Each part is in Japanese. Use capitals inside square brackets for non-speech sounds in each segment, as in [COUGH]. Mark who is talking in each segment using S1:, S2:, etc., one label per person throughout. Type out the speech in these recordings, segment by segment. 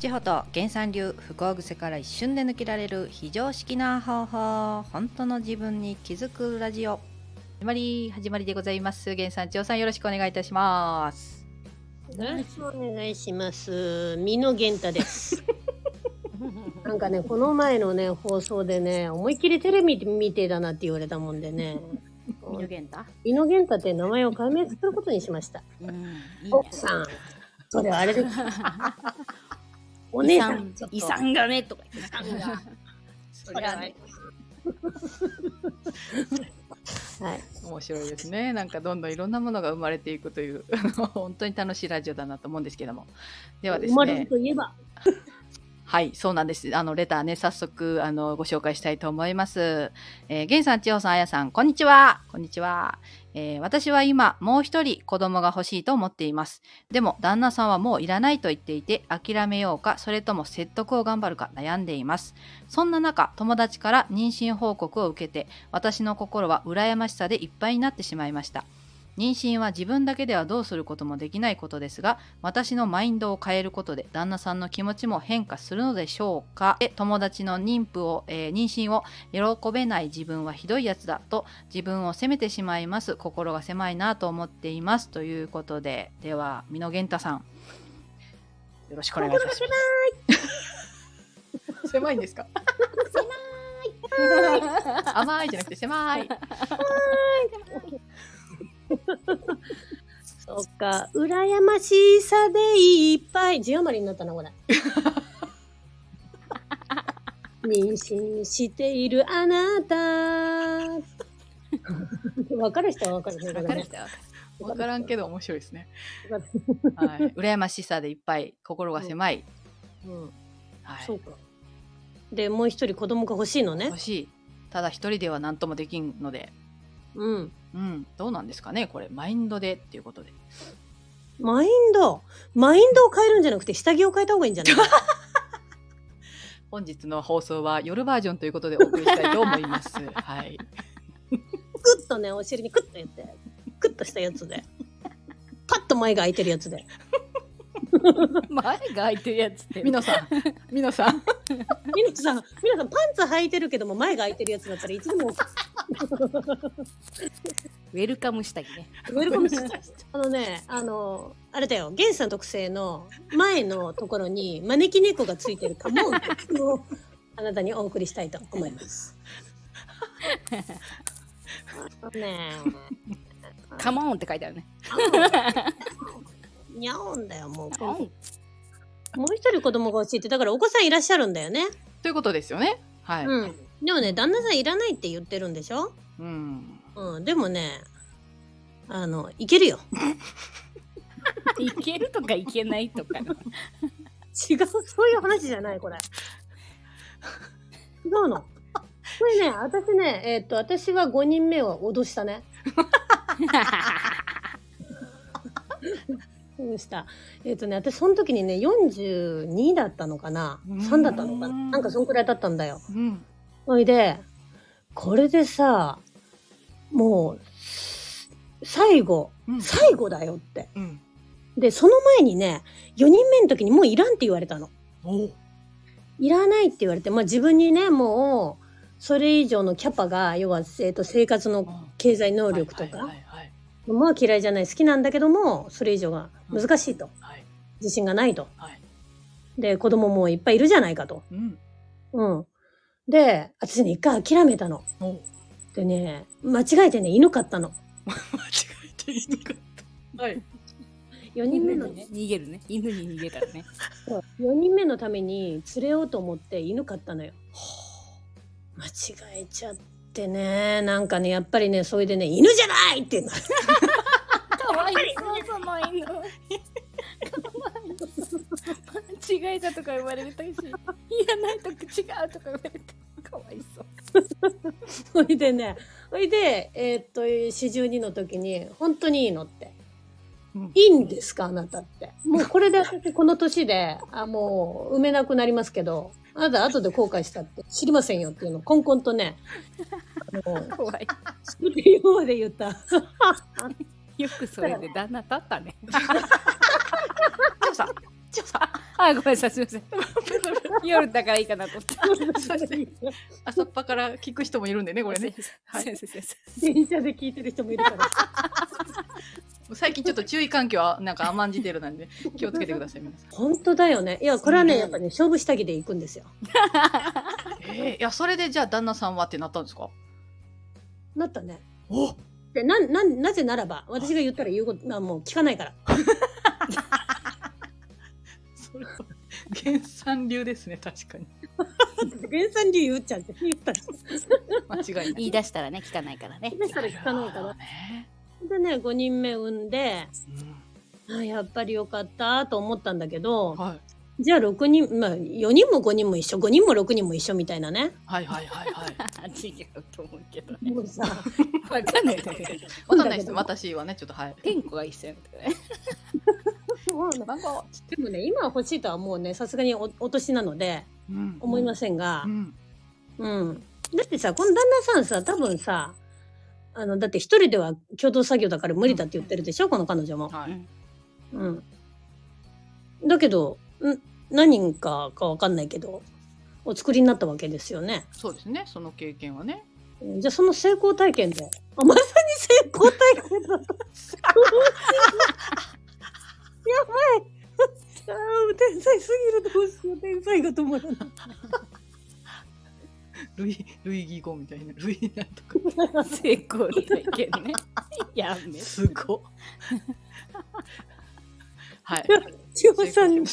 S1: 地方と原産流不幸癖から一瞬で抜けられる非常識な方法本当の自分に気づくラジオ始まり始まりでございます原産千代さんよろしくお願いいたします
S2: よろしくお願いします。美濃源
S1: [LAUGHS]
S2: 太です。なんかね、この前のね、放送でね、思いっきりテレビ見てだなって言われたもんでね。
S1: 源太
S2: 美濃源太って名前を改名することにしました。
S1: うんいいね
S2: 奥さん。それはあ
S1: [LAUGHS]
S2: れです。お姉さん。
S1: 遺産
S2: がねとか。
S1: そりゃね
S2: はい。
S1: 面白いですねなんかどんどんいろんなものが生まれていくという [LAUGHS] 本当に楽しいラジオだなと思うんですけどもではで
S2: 生
S1: す
S2: まれ
S1: ね
S2: るといえば。
S1: はい、そうなんです。あのレターね、早速あのご紹介したいと思います。えー、源さん、千代さん、あやさん、こんにちは。こんにちは。えー私は今もう一人子供が欲しいと思っています。でも旦那さんはもういらないと言っていて諦めようか、それとも説得を頑張るか悩んでいます。そんな中、友達から妊娠報告を受けて、私の心は羨ましさでいっぱいになってしまいました。妊娠は自分だけではどうすることもできないことですが、私のマインドを変えることで旦那さんの気持ちも変化するのでしょうかで友達の妊婦を、えー妊娠を喜べない自分はひどいやつだと自分を責めてしまいます心が狭いなと思っていますということででは美濃源太さんよろしくお願いします狭いんですか狭い [LAUGHS] 甘いじゃなくて狭い
S2: そうか。羨ましさでいっぱい。字余りになったな、これ。妊娠しているあなた。分かる人は分かるね。
S1: わ
S2: こ
S1: か
S2: れ
S1: る人
S2: ね
S1: はわからんけど面白いですね
S2: わか
S1: はい、羨ましさでいっぱい心が狭い、
S2: うん、
S1: はい
S2: そうか。で、もう一人子供が欲しいのね
S1: 欲。しいただ一人では何ともできんので、
S2: うん。
S1: うん、どうなんですかねこれマインドでっていうことで
S2: マインド。マインドを変えるんじゃなくて、下着を変えた方がいいんじゃない
S1: 本日の放送は夜バージョンということでお送りしたいと思いますはい
S2: クッとね、お尻にクッとやって、クッとしたやつで。パッと前が開いてるやつで。
S3: 前が開いてるやつって
S1: みのさんみのさん
S2: みなさん、みなさんパンツ履いてるけども、前が開いてるやつだったらいつでも
S3: ウェルカムしたりね
S2: ウェルカムしたあのね、あの、あれだよ、ゲンさん特製の前のところに招き猫がついてるかもをあなたにお送りしたいと思います。あのね
S3: 「カモン」って書いてあるね
S2: にゃおんだよ、もう。
S3: 「カモン
S2: もう一人子供が欲しいって、だからお子さんいらっしゃるんだよね。
S1: ということですよねはい、うん
S2: うん。でもね、旦那さんいらないって言ってるんでしょうん、でもね、あの、いけるよ。
S3: [LAUGHS] いけるとかいけないと
S2: [LAUGHS]
S3: か
S2: 違う、そういう話じゃない、これ。 [LAUGHS] 違うの。これね、私ね、えっと、私は5人目は脅したね。脅した。えっ、とね、私その時にね、42だったのかな
S1: うん
S2: ?3 だったのかななんかそんくらいだったんだよ。
S1: うん、
S2: ほいで、これでさ、もう、最後、
S1: うん
S2: 最後だよって。
S1: うん、
S2: で、その前にね、4人目の時にもういらんって言われたの。
S1: お
S2: いらないって言われて、まあ、自分にねもうそれ以上のキャパが要は、えー、と生活の経済能力と
S1: は
S2: か
S1: いはい
S2: まあ嫌いじゃない好きなんだけどもそれ以上が難しいと
S1: はいはい
S2: 自信がないと
S1: はい
S2: で子供もいっぱいいるじゃないかと。
S1: うん
S2: うん、で私ね一回諦めたの。
S1: お間違
S2: でね間違えてね犬飼ったの。
S1: えていなかったはい
S2: 4人
S3: 犬
S2: 目
S3: に
S2: の、
S3: [LAUGHS] ね逃げるね犬に逃げたらね
S2: そう四人目のために連れようと思って犬飼ったのよ。間違えちゃってねなんかねやっぱりねそれでね犬じゃないって言うの
S3: かわいそうその犬かわいそう間違えたとか言われたしいらないとか違うとか言われたかわいそう
S2: [LAUGHS] それでねそれでえーっと42の時に「本当にいいの?」って
S1: うん
S2: 「いいんですかあなた」ってもう
S1: [LAUGHS]
S2: これで私この年であもう産めなくなりますけどあなた後で後悔したって知りませんよっていうのをコンコンとね
S1: [LAUGHS]
S2: もう
S3: かわい
S2: 作るようで言った
S3: [LAUGHS] いよくそれで旦那立ったね
S1: でもさちょっと
S3: あ、ごめんなさい、すみません。夜だからいいかなと思って。 [LAUGHS]
S1: [LAUGHS] 朝っぱから聞く人もいるんでね、これね。はい
S3: 先生、先生。
S2: 電車で聞いてる人もいるから。
S1: 最近ちょっと注意喚起はなんか甘んじてるなん
S2: [LAUGHS]
S1: で、気をつけてください、皆さん。
S2: 本当だよね。いや、これは
S3: う
S2: ね、
S3: ん
S2: やっぱね、勝負下着で行くんですよ。
S1: えーいや、それでじゃあ旦那さんはってなったんですか
S2: なったね。
S1: お
S2: で、なん、なん、なぜならば、私が言ったら言うこと、まあ、もう聞かないから。
S1: それは、原産流ですね、確かに。
S2: 原産流言っちゃうって言ったら。
S1: 間違いない。
S3: [LAUGHS] 言い出したらね、聞かないからね。
S2: 言ったら聞かないから。
S1: ね。
S2: でね、5人目産んで、
S1: うん
S2: あやっぱりよかったと思ったんだけど、
S1: はい。
S2: じゃあ6人、まあ4人も5人も一緒、5人も6人も一緒みたいなね。
S1: はいはいはいはい。
S3: [LAUGHS] 違うと思うけど。
S2: もう [LAUGHS] さ、
S3: [LAUGHS] わかんないだけ [LAUGHS] で。
S1: わかんないです。私はね、ちょっとはい。
S3: ペンコが一緒やったからね。
S2: もうね
S1: 番号
S2: でもね、今欲しいとはもうね、さすがにおお年なので、
S1: うん
S2: 思いませんが
S1: う、ん。
S2: うん。だってさ、この旦那さんさ、多分さ、あの、だって一人では共同作業だから無理だって言ってるでしょ、この彼女も。
S1: は
S3: う
S1: い。
S3: ん
S2: うん。だけど、ん何人かかわかんないけど、お作りになったわけですよね。
S1: そうですね、その経験はね。
S2: うんじゃあその成功体験で、あ、まさに成功体験だった。どうしようやばい。あー天才すぎるどうしよう天才が止まらない。
S1: 類、類義語みたいな。類なんとか。
S3: 成功体験ね。やめ。
S1: すごっ。はい。
S2: 千穂さん、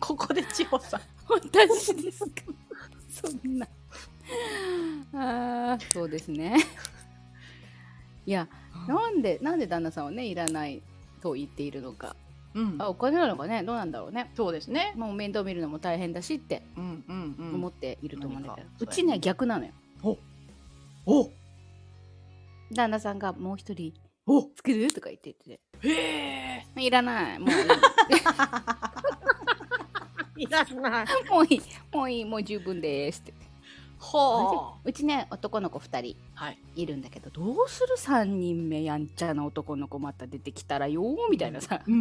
S1: ここで千穂さん。
S3: 私ですか。そんな。ああ、そうですね。いや、なんで、なんで旦那さんはね、いらないと言っているのか。
S1: うん
S3: あ、お金なのかね、どうなんだろうね。
S1: そうですね。
S3: もう面倒見るのも大変だしって
S1: うんうんう
S3: 思っていると思うんだけど、
S1: う
S3: うんちね逆なのよ
S1: お
S3: 旦那さんが「もう一人
S1: お
S3: 作る?」とか言ってて
S1: へえ
S3: 「いらないもういい
S2: いらない。
S3: もういいもういいもう十分です」って
S1: は
S3: うちね男の子2人
S1: あはい
S3: いるんだけどどうする3人目やんちゃな男の子また出てきたらよーみたいなさ、
S1: うんう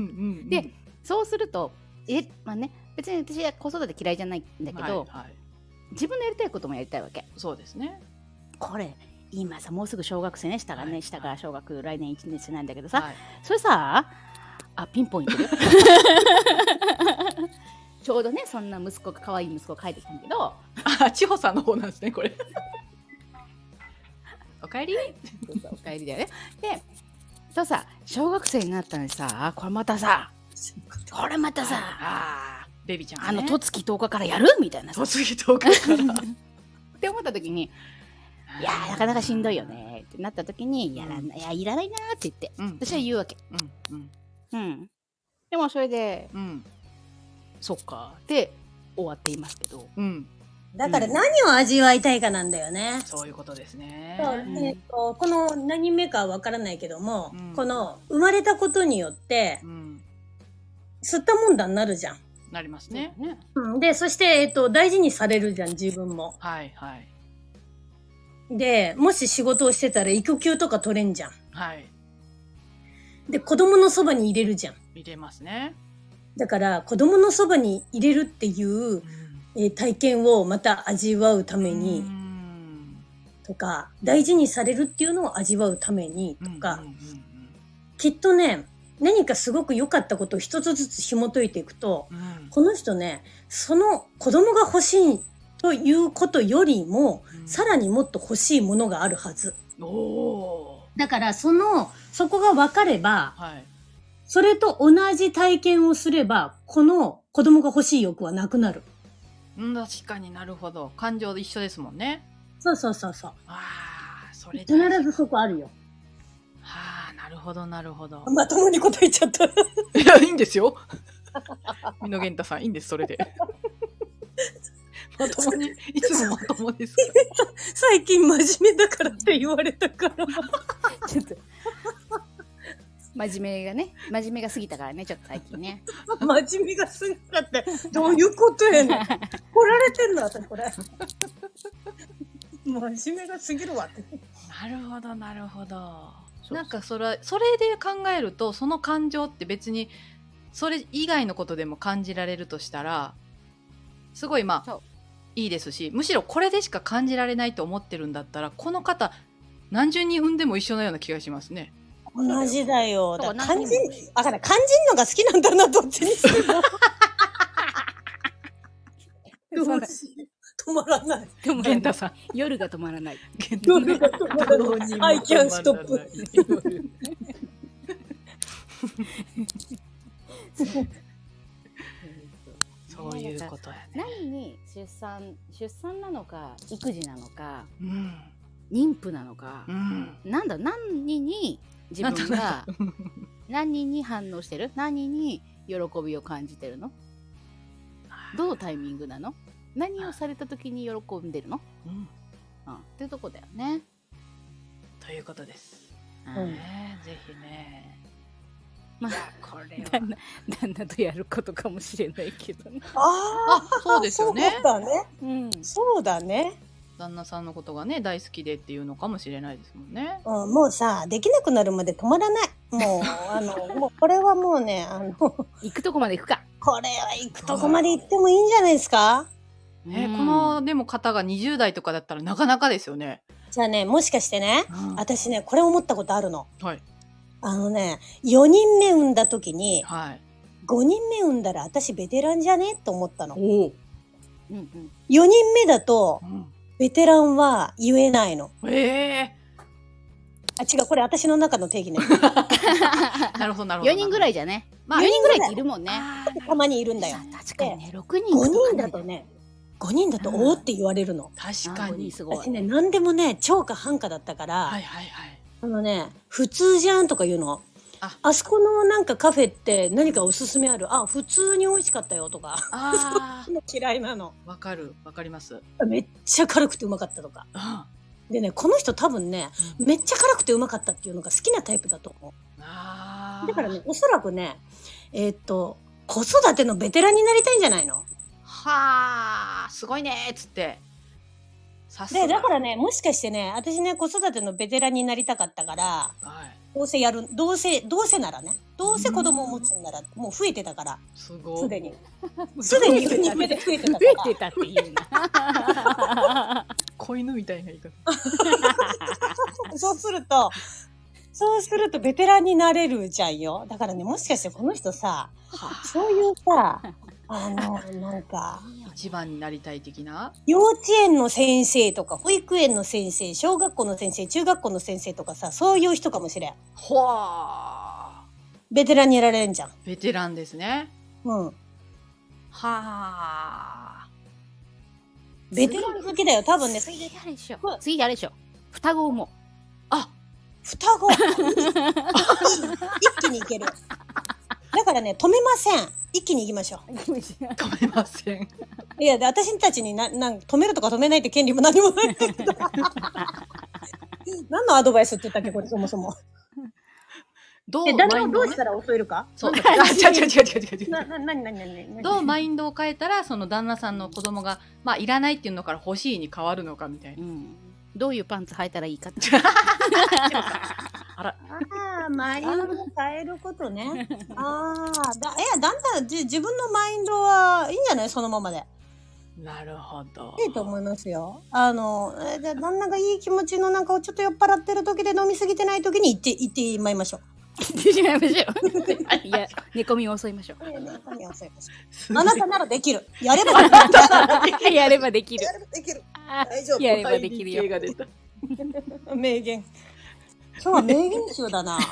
S1: ん
S3: でそうするとえまあね別に私は子育て嫌いじゃないんだけど、
S1: はいはい
S3: 自分のやりたいこともやりたいわけ
S1: そうですね
S3: これ今さもうすぐ小学生ね下がね、
S1: はい
S3: 下が小学来年1年生なんだけどさ、
S1: はい
S3: それさあピンポンい
S1: [LAUGHS]
S3: ってるよ [LAUGHS] ちょうどねそんな息子が可愛い息子が帰ってきたんだけど
S1: あ千穂さんの方なんですねこれ [LAUGHS] おかえり
S3: お帰りだよねでとさ小学生になったのにさこれまたさこれまたさ
S1: あーベビちゃん
S3: あの
S1: と
S3: 戸月10日からやるみたいなさ
S1: とつぎとかから
S3: [LAUGHS] って思った時にいやーなかなかしんどいよねってなった時にやらないやいらないなーって言って
S1: うん
S3: 私は言うわけ
S1: うんうん
S3: うんでもそれで
S1: うん
S3: そっかで終わっていますけど
S1: うん
S2: だから何を味わいたいかなんだよね。
S1: そういうことですね
S2: そう
S3: うん
S2: えっとこの何目かはわからないけども、
S1: うん
S2: この生まれたことによって
S1: うん
S2: 吸ったもんだになるじゃん。
S1: なりますね
S3: ね
S2: うんでそして、えっと大事にされるじゃん自分も。
S1: はいはい
S2: でもし仕事をしてたら育休とか取れんじゃん。
S1: はい
S2: で子供のそばに入れるじゃん。
S1: 入れますね
S2: だから子供のそばに入れるっていう、えー体験をまた味わうために
S1: うん
S2: とか大事にされるっていうのを味わうためにとか、
S1: うんうんうん
S2: きっとね何かすごく良かったことを一つずつ紐解いていくと
S1: うんうん
S2: この人ねその子供が欲しいということよりも
S1: うん
S2: さらにもっと欲しいものがあるはず
S1: おお
S2: だからそのそこが分かれば
S1: ーはい
S2: それと同じ体験をすればこの子供が欲しい欲はなくなる
S1: うん確かになるほど感情で一緒ですもんね
S2: そうそうそうそう
S1: ああそれ
S2: 必
S1: 大事
S2: ずそこあるよ
S1: ああなるほどなるほど
S2: まともに答えちゃった [LAUGHS]
S1: い [LAUGHS] やいいんです [LAUGHS] よ美濃玄太さんいいんですそれで [LAUGHS] まともに [LAUGHS] いつもまともですから
S2: 最近真面目だからって言われた [LAUGHS] から
S3: ちょっと。真面目がね、真面目が過ぎたからね、ちょっと最近 [LAUGHS] ね。
S2: 真面目がすぎたってどういうことやねん怒られてんの私これ [LAUGHS] 真面目がすぎるわって
S1: なるほどなるほど
S3: う
S1: なんかそれそれで考えるとその感情って別にそれ以外のことでも感じられるとしたらすごいま
S3: そう
S1: あいいですしむしろこれでしか感じられないと思ってるんだったらこの方何十人産んでも一緒のような気がします
S3: [LAUGHS]
S1: ね。
S2: 同じだよ。だ
S3: そう
S2: から肝
S3: 同じ
S2: 心、あ、から肝心のが好きなんだな、 [LAUGHS] どっちにしても。どうしよう止まらない。
S3: でも
S1: 源太さん
S3: 夜が止まらない。
S2: どれが止まらない。I can stop.
S3: [LAUGHS]
S1: そういうことやね。
S3: 何に出産出産なのか育児なのか
S1: うん
S3: 妊婦なのか
S1: う、ん
S3: なんだ何に自分が [LAUGHS] 何に反応してる何に喜びを感じてるのどのタイミングなの何をされた時に喜んでるの、
S1: うん
S3: うん、っていうとこだよね。
S1: ということです。
S2: うん
S1: ねぜひね。
S3: まあ
S1: これは
S3: 旦那旦那とやることかもしれないけどね。
S2: あ
S1: あそうですよね
S2: そうだね。
S3: うん、
S2: そうだね。
S1: 旦那さんのことがね大好きでっていうのかもしれないですもんね。
S2: うん、もうさ、できなくなるまで止まらない。もう、あの、 [LAUGHS] もうこれはもうね、あの、こ
S3: 行くとこまで行くか。
S2: れは行くとこまで行ってもいいんじゃないですか
S1: ね
S3: うん
S1: このでも方が20代とかだったらなかなかですよね。
S2: じゃあね、もしかしてね、私ね、これ思ったことあるの。
S1: はい
S2: あのね、4人目産んだ時に、
S1: はい。
S2: 5人目産んだら私ベテランじゃねと思ったの。4
S1: おお。
S3: うんうん、
S2: 人目だと、ベテランは言えないの。
S1: ええ
S2: あ、違う、これ私の中の定義ね。
S1: [LAUGHS] なるほどなるほど。
S3: 4人ぐらいじゃね。
S1: まあ
S3: 4人ぐらいっているもんね。
S1: あ
S2: たまにいるんだよ
S3: さ。あ確かにね、6人
S2: 5
S3: とか
S2: 人
S3: ね
S2: だ
S3: [LAUGHS]
S2: とね、5人だと、おーって言われるの。
S1: ー確
S3: あ
S1: か
S3: 五人
S1: に。
S3: すごい。
S2: 私ね、何でもね、超か半かだったから、
S1: はいはいはい。
S2: あのね、普通じゃんとか言うの。
S1: あ
S2: あそこのなんかカフェって何かおすすめあるあ、普通に美味しかったよとか。 [LAUGHS]
S1: あ
S2: 嫌いなの。
S1: あわかるわかります。うん
S2: めっちゃ辛くてうまかったとか。
S1: あ
S2: でね、この人多分ね、めっちゃ辛くてうまかったっていうのが好きなタイプだと思
S1: あ
S2: う。
S1: ー。
S2: だからね、おそらくね、えーっと、子育てのベテランになりたいんじゃないの
S1: はあすごいねーっつって。さすが。
S2: で、だからね、もしかしてね、私ね、子育てのベテランになりたかったから、
S1: はい。
S2: どうせやる、どうせ、どうせならね、どうせ子供を持つんなら、もう増えてたから、
S1: すごい。
S2: すでに。すでに4人目で増えてた
S3: 増
S2: から。
S3: えてたっていうな。
S1: 子犬みたいな言い方。
S2: そうすると、そうするとベテランになれるじゃんよ。だからね、もしかしてこの人さ、そういうさ、あの、なんか、
S1: 一番になりたい的な。
S2: 幼稚園の先生とか、保育園の先生、小学校の先生、中学校の先生とかさ、そういう人かもしれん。
S1: ほあ。
S2: ベテランにやられんじゃん。
S1: ベテランですね。
S2: うん。
S1: はあ。
S2: ベテラン好きだよ。 [LAUGHS] 多分ね、
S3: 次あれでしょ。次あれでしょ。双子も。
S1: あ、
S2: 双子。一気にいける。だからね、止めません。一気に行きましょ
S1: 止めません。
S2: う。いや、で私たちにななん止めるとか止めないって権利も何もないんだけ
S1: [LAUGHS]
S2: ど。何のアドバイスって言ったっけ、これそもそも。
S1: ど
S2: え、
S1: う
S2: 誰を
S1: を
S2: どうしたら襲えるか
S1: そう。あ、違う違う違う違う違う違
S2: な、
S1: う。
S2: な、なになになになに
S1: どうマインドを変えたらその旦那さんの子供がまあいらないっていうのから欲しいに変わるのかみたいな。
S3: うん。どういうパンツ履いたらいいかって。
S1: あら、
S2: ああ、マインド変えることね。ああ、だ、いや、だんだん、じ、自分のマインドはいいんじゃないそのままで。
S1: なるほど。
S2: いいと思いますよ。あの、えーじゃあ旦那がいい気持ちのなんかをちょっと酔っ払ってる時で飲みすぎてない時に行って、行ってまいりましょう。
S3: ってしまいましょ
S2: [LAUGHS]
S3: う。いや、寝込みを襲いましょう。
S2: えーね神を恐れましょう
S1: すご
S2: あ
S1: い
S2: なたならできる。やれ [LAUGHS] ばできる。
S3: やればできる [LAUGHS]
S2: や。ればできる。大丈
S3: やればできるよ
S1: 答えに系が出た
S2: 夫。名言。今日は名言集だな。 [LAUGHS]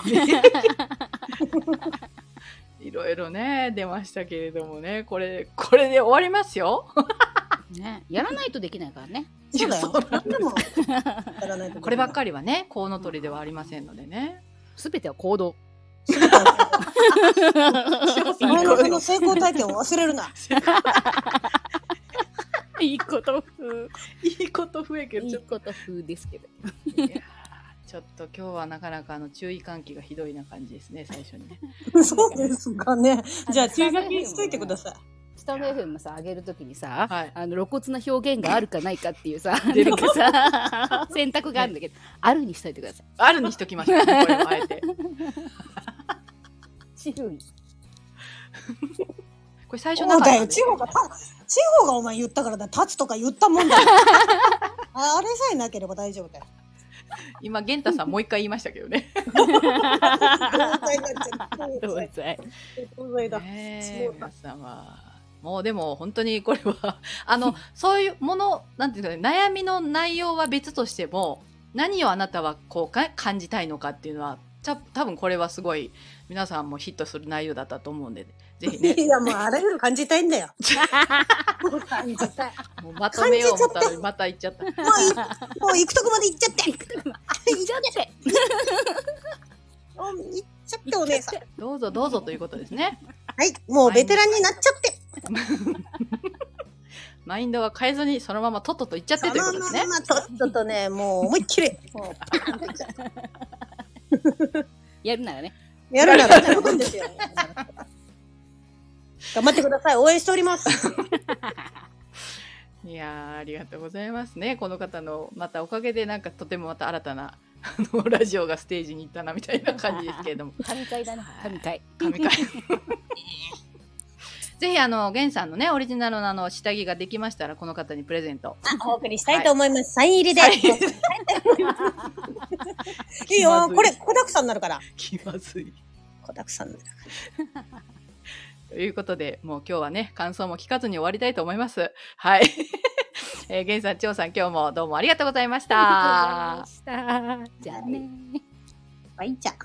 S1: いろいろね出ましたけれどもねこれこれで終わりますよ。
S3: ね、やらないとできないからね。
S2: そうだ
S1: そ
S2: よ。
S1: うなん
S2: でも、やらないと
S1: こればっ
S2: り。
S1: かりはねコウノトリではありませんのでね。
S3: すべては行動。
S2: お [LAUGHS] 前のその成功体験を忘れるな。
S3: いいこと風。
S1: [LAUGHS] いいこと増えけど
S3: い
S1: ち
S3: い
S1: ょっ
S3: こと風ですけど。
S1: といやーちょっと今日はなかなかあの注意喚起がひどいな感じですね最初に [LAUGHS] ね。
S2: [LAUGHS] そうですかね。 [LAUGHS] じゃあ、中学にしといてください。
S3: スタンド FM もさ上げるときにさ、
S1: はい
S3: あの露骨な表現があるかないかっていうさ
S1: 出
S3: な
S1: る
S3: んかさ選択があるん
S2: [LAUGHS]
S3: だけど、あるにしといてください
S1: あるにしときました、ね、これはあえて。
S3: 注意
S1: れ最初
S2: そうだ
S1: った
S2: よ、
S1: んです
S2: 地
S1: けど
S2: 方が、た地方がお前言ったからだ、立つとか言ったもんだ [LAUGHS] よああれさえなければ大丈夫 [LAUGHS] だよ。
S1: 今玄太さんもう一回言いましたけどね。
S2: 同罪になっちゃう
S3: どうぞい
S2: 同罪だ。
S1: ねえ皆様もうでも本当にこれは [LAUGHS] あのそういうものなんていうかね悩みの内容は別としても何をあなたはこうか感じたいのかっていうのはた多分これはすごい皆さんもヒットする内容だったと思うんでぜひね [LAUGHS]
S2: いや、もうあらゆる感じたいんだよ。もう感じたい。
S1: もうまとめよう思った
S2: 感じ
S1: の
S2: ちゃっ
S1: にまた言っちゃった。
S2: もうい、もう行くとこまで行っちゃって。行くとこま [LAUGHS] で行っちゃって。行っちゃってお姉さん。
S1: どうぞどうぞということですね。
S2: はい、もうベテランになっちゃって。
S1: マインドは変えずにそのままとっとと言っちゃってということですね。
S2: まあ、とっととね、もう思いっきり。も
S3: やるならね
S2: う [LAUGHS] やるならやるんですよ。頑張ってください。応援しております。
S1: いやーありがとうございますね。この方のまたおかげでなんかとてもまた新たな [LAUGHS] あのラジオがステージに行ったなみたいな感じですけれど [LAUGHS] も
S3: 神回だね神回
S1: 神回 [LAUGHS] ぜひあの源さんのねオリジナルのあの下着ができましたらこの方にプレゼント [LAUGHS]
S2: お送りしたいと思います。サイン入りで。 [LAUGHS] いいよ。これ、小沢さんになるから。
S1: 気まずい。
S2: 小沢さんになる。
S1: ということで、もう今日はね、感想も聞かずに終わりたいと思います。はい。 [LAUGHS] えー、源さん、千代さん、今日もどうもありがとうございました。
S3: ありがとうございましたじゃあね
S2: はい、じゃあ。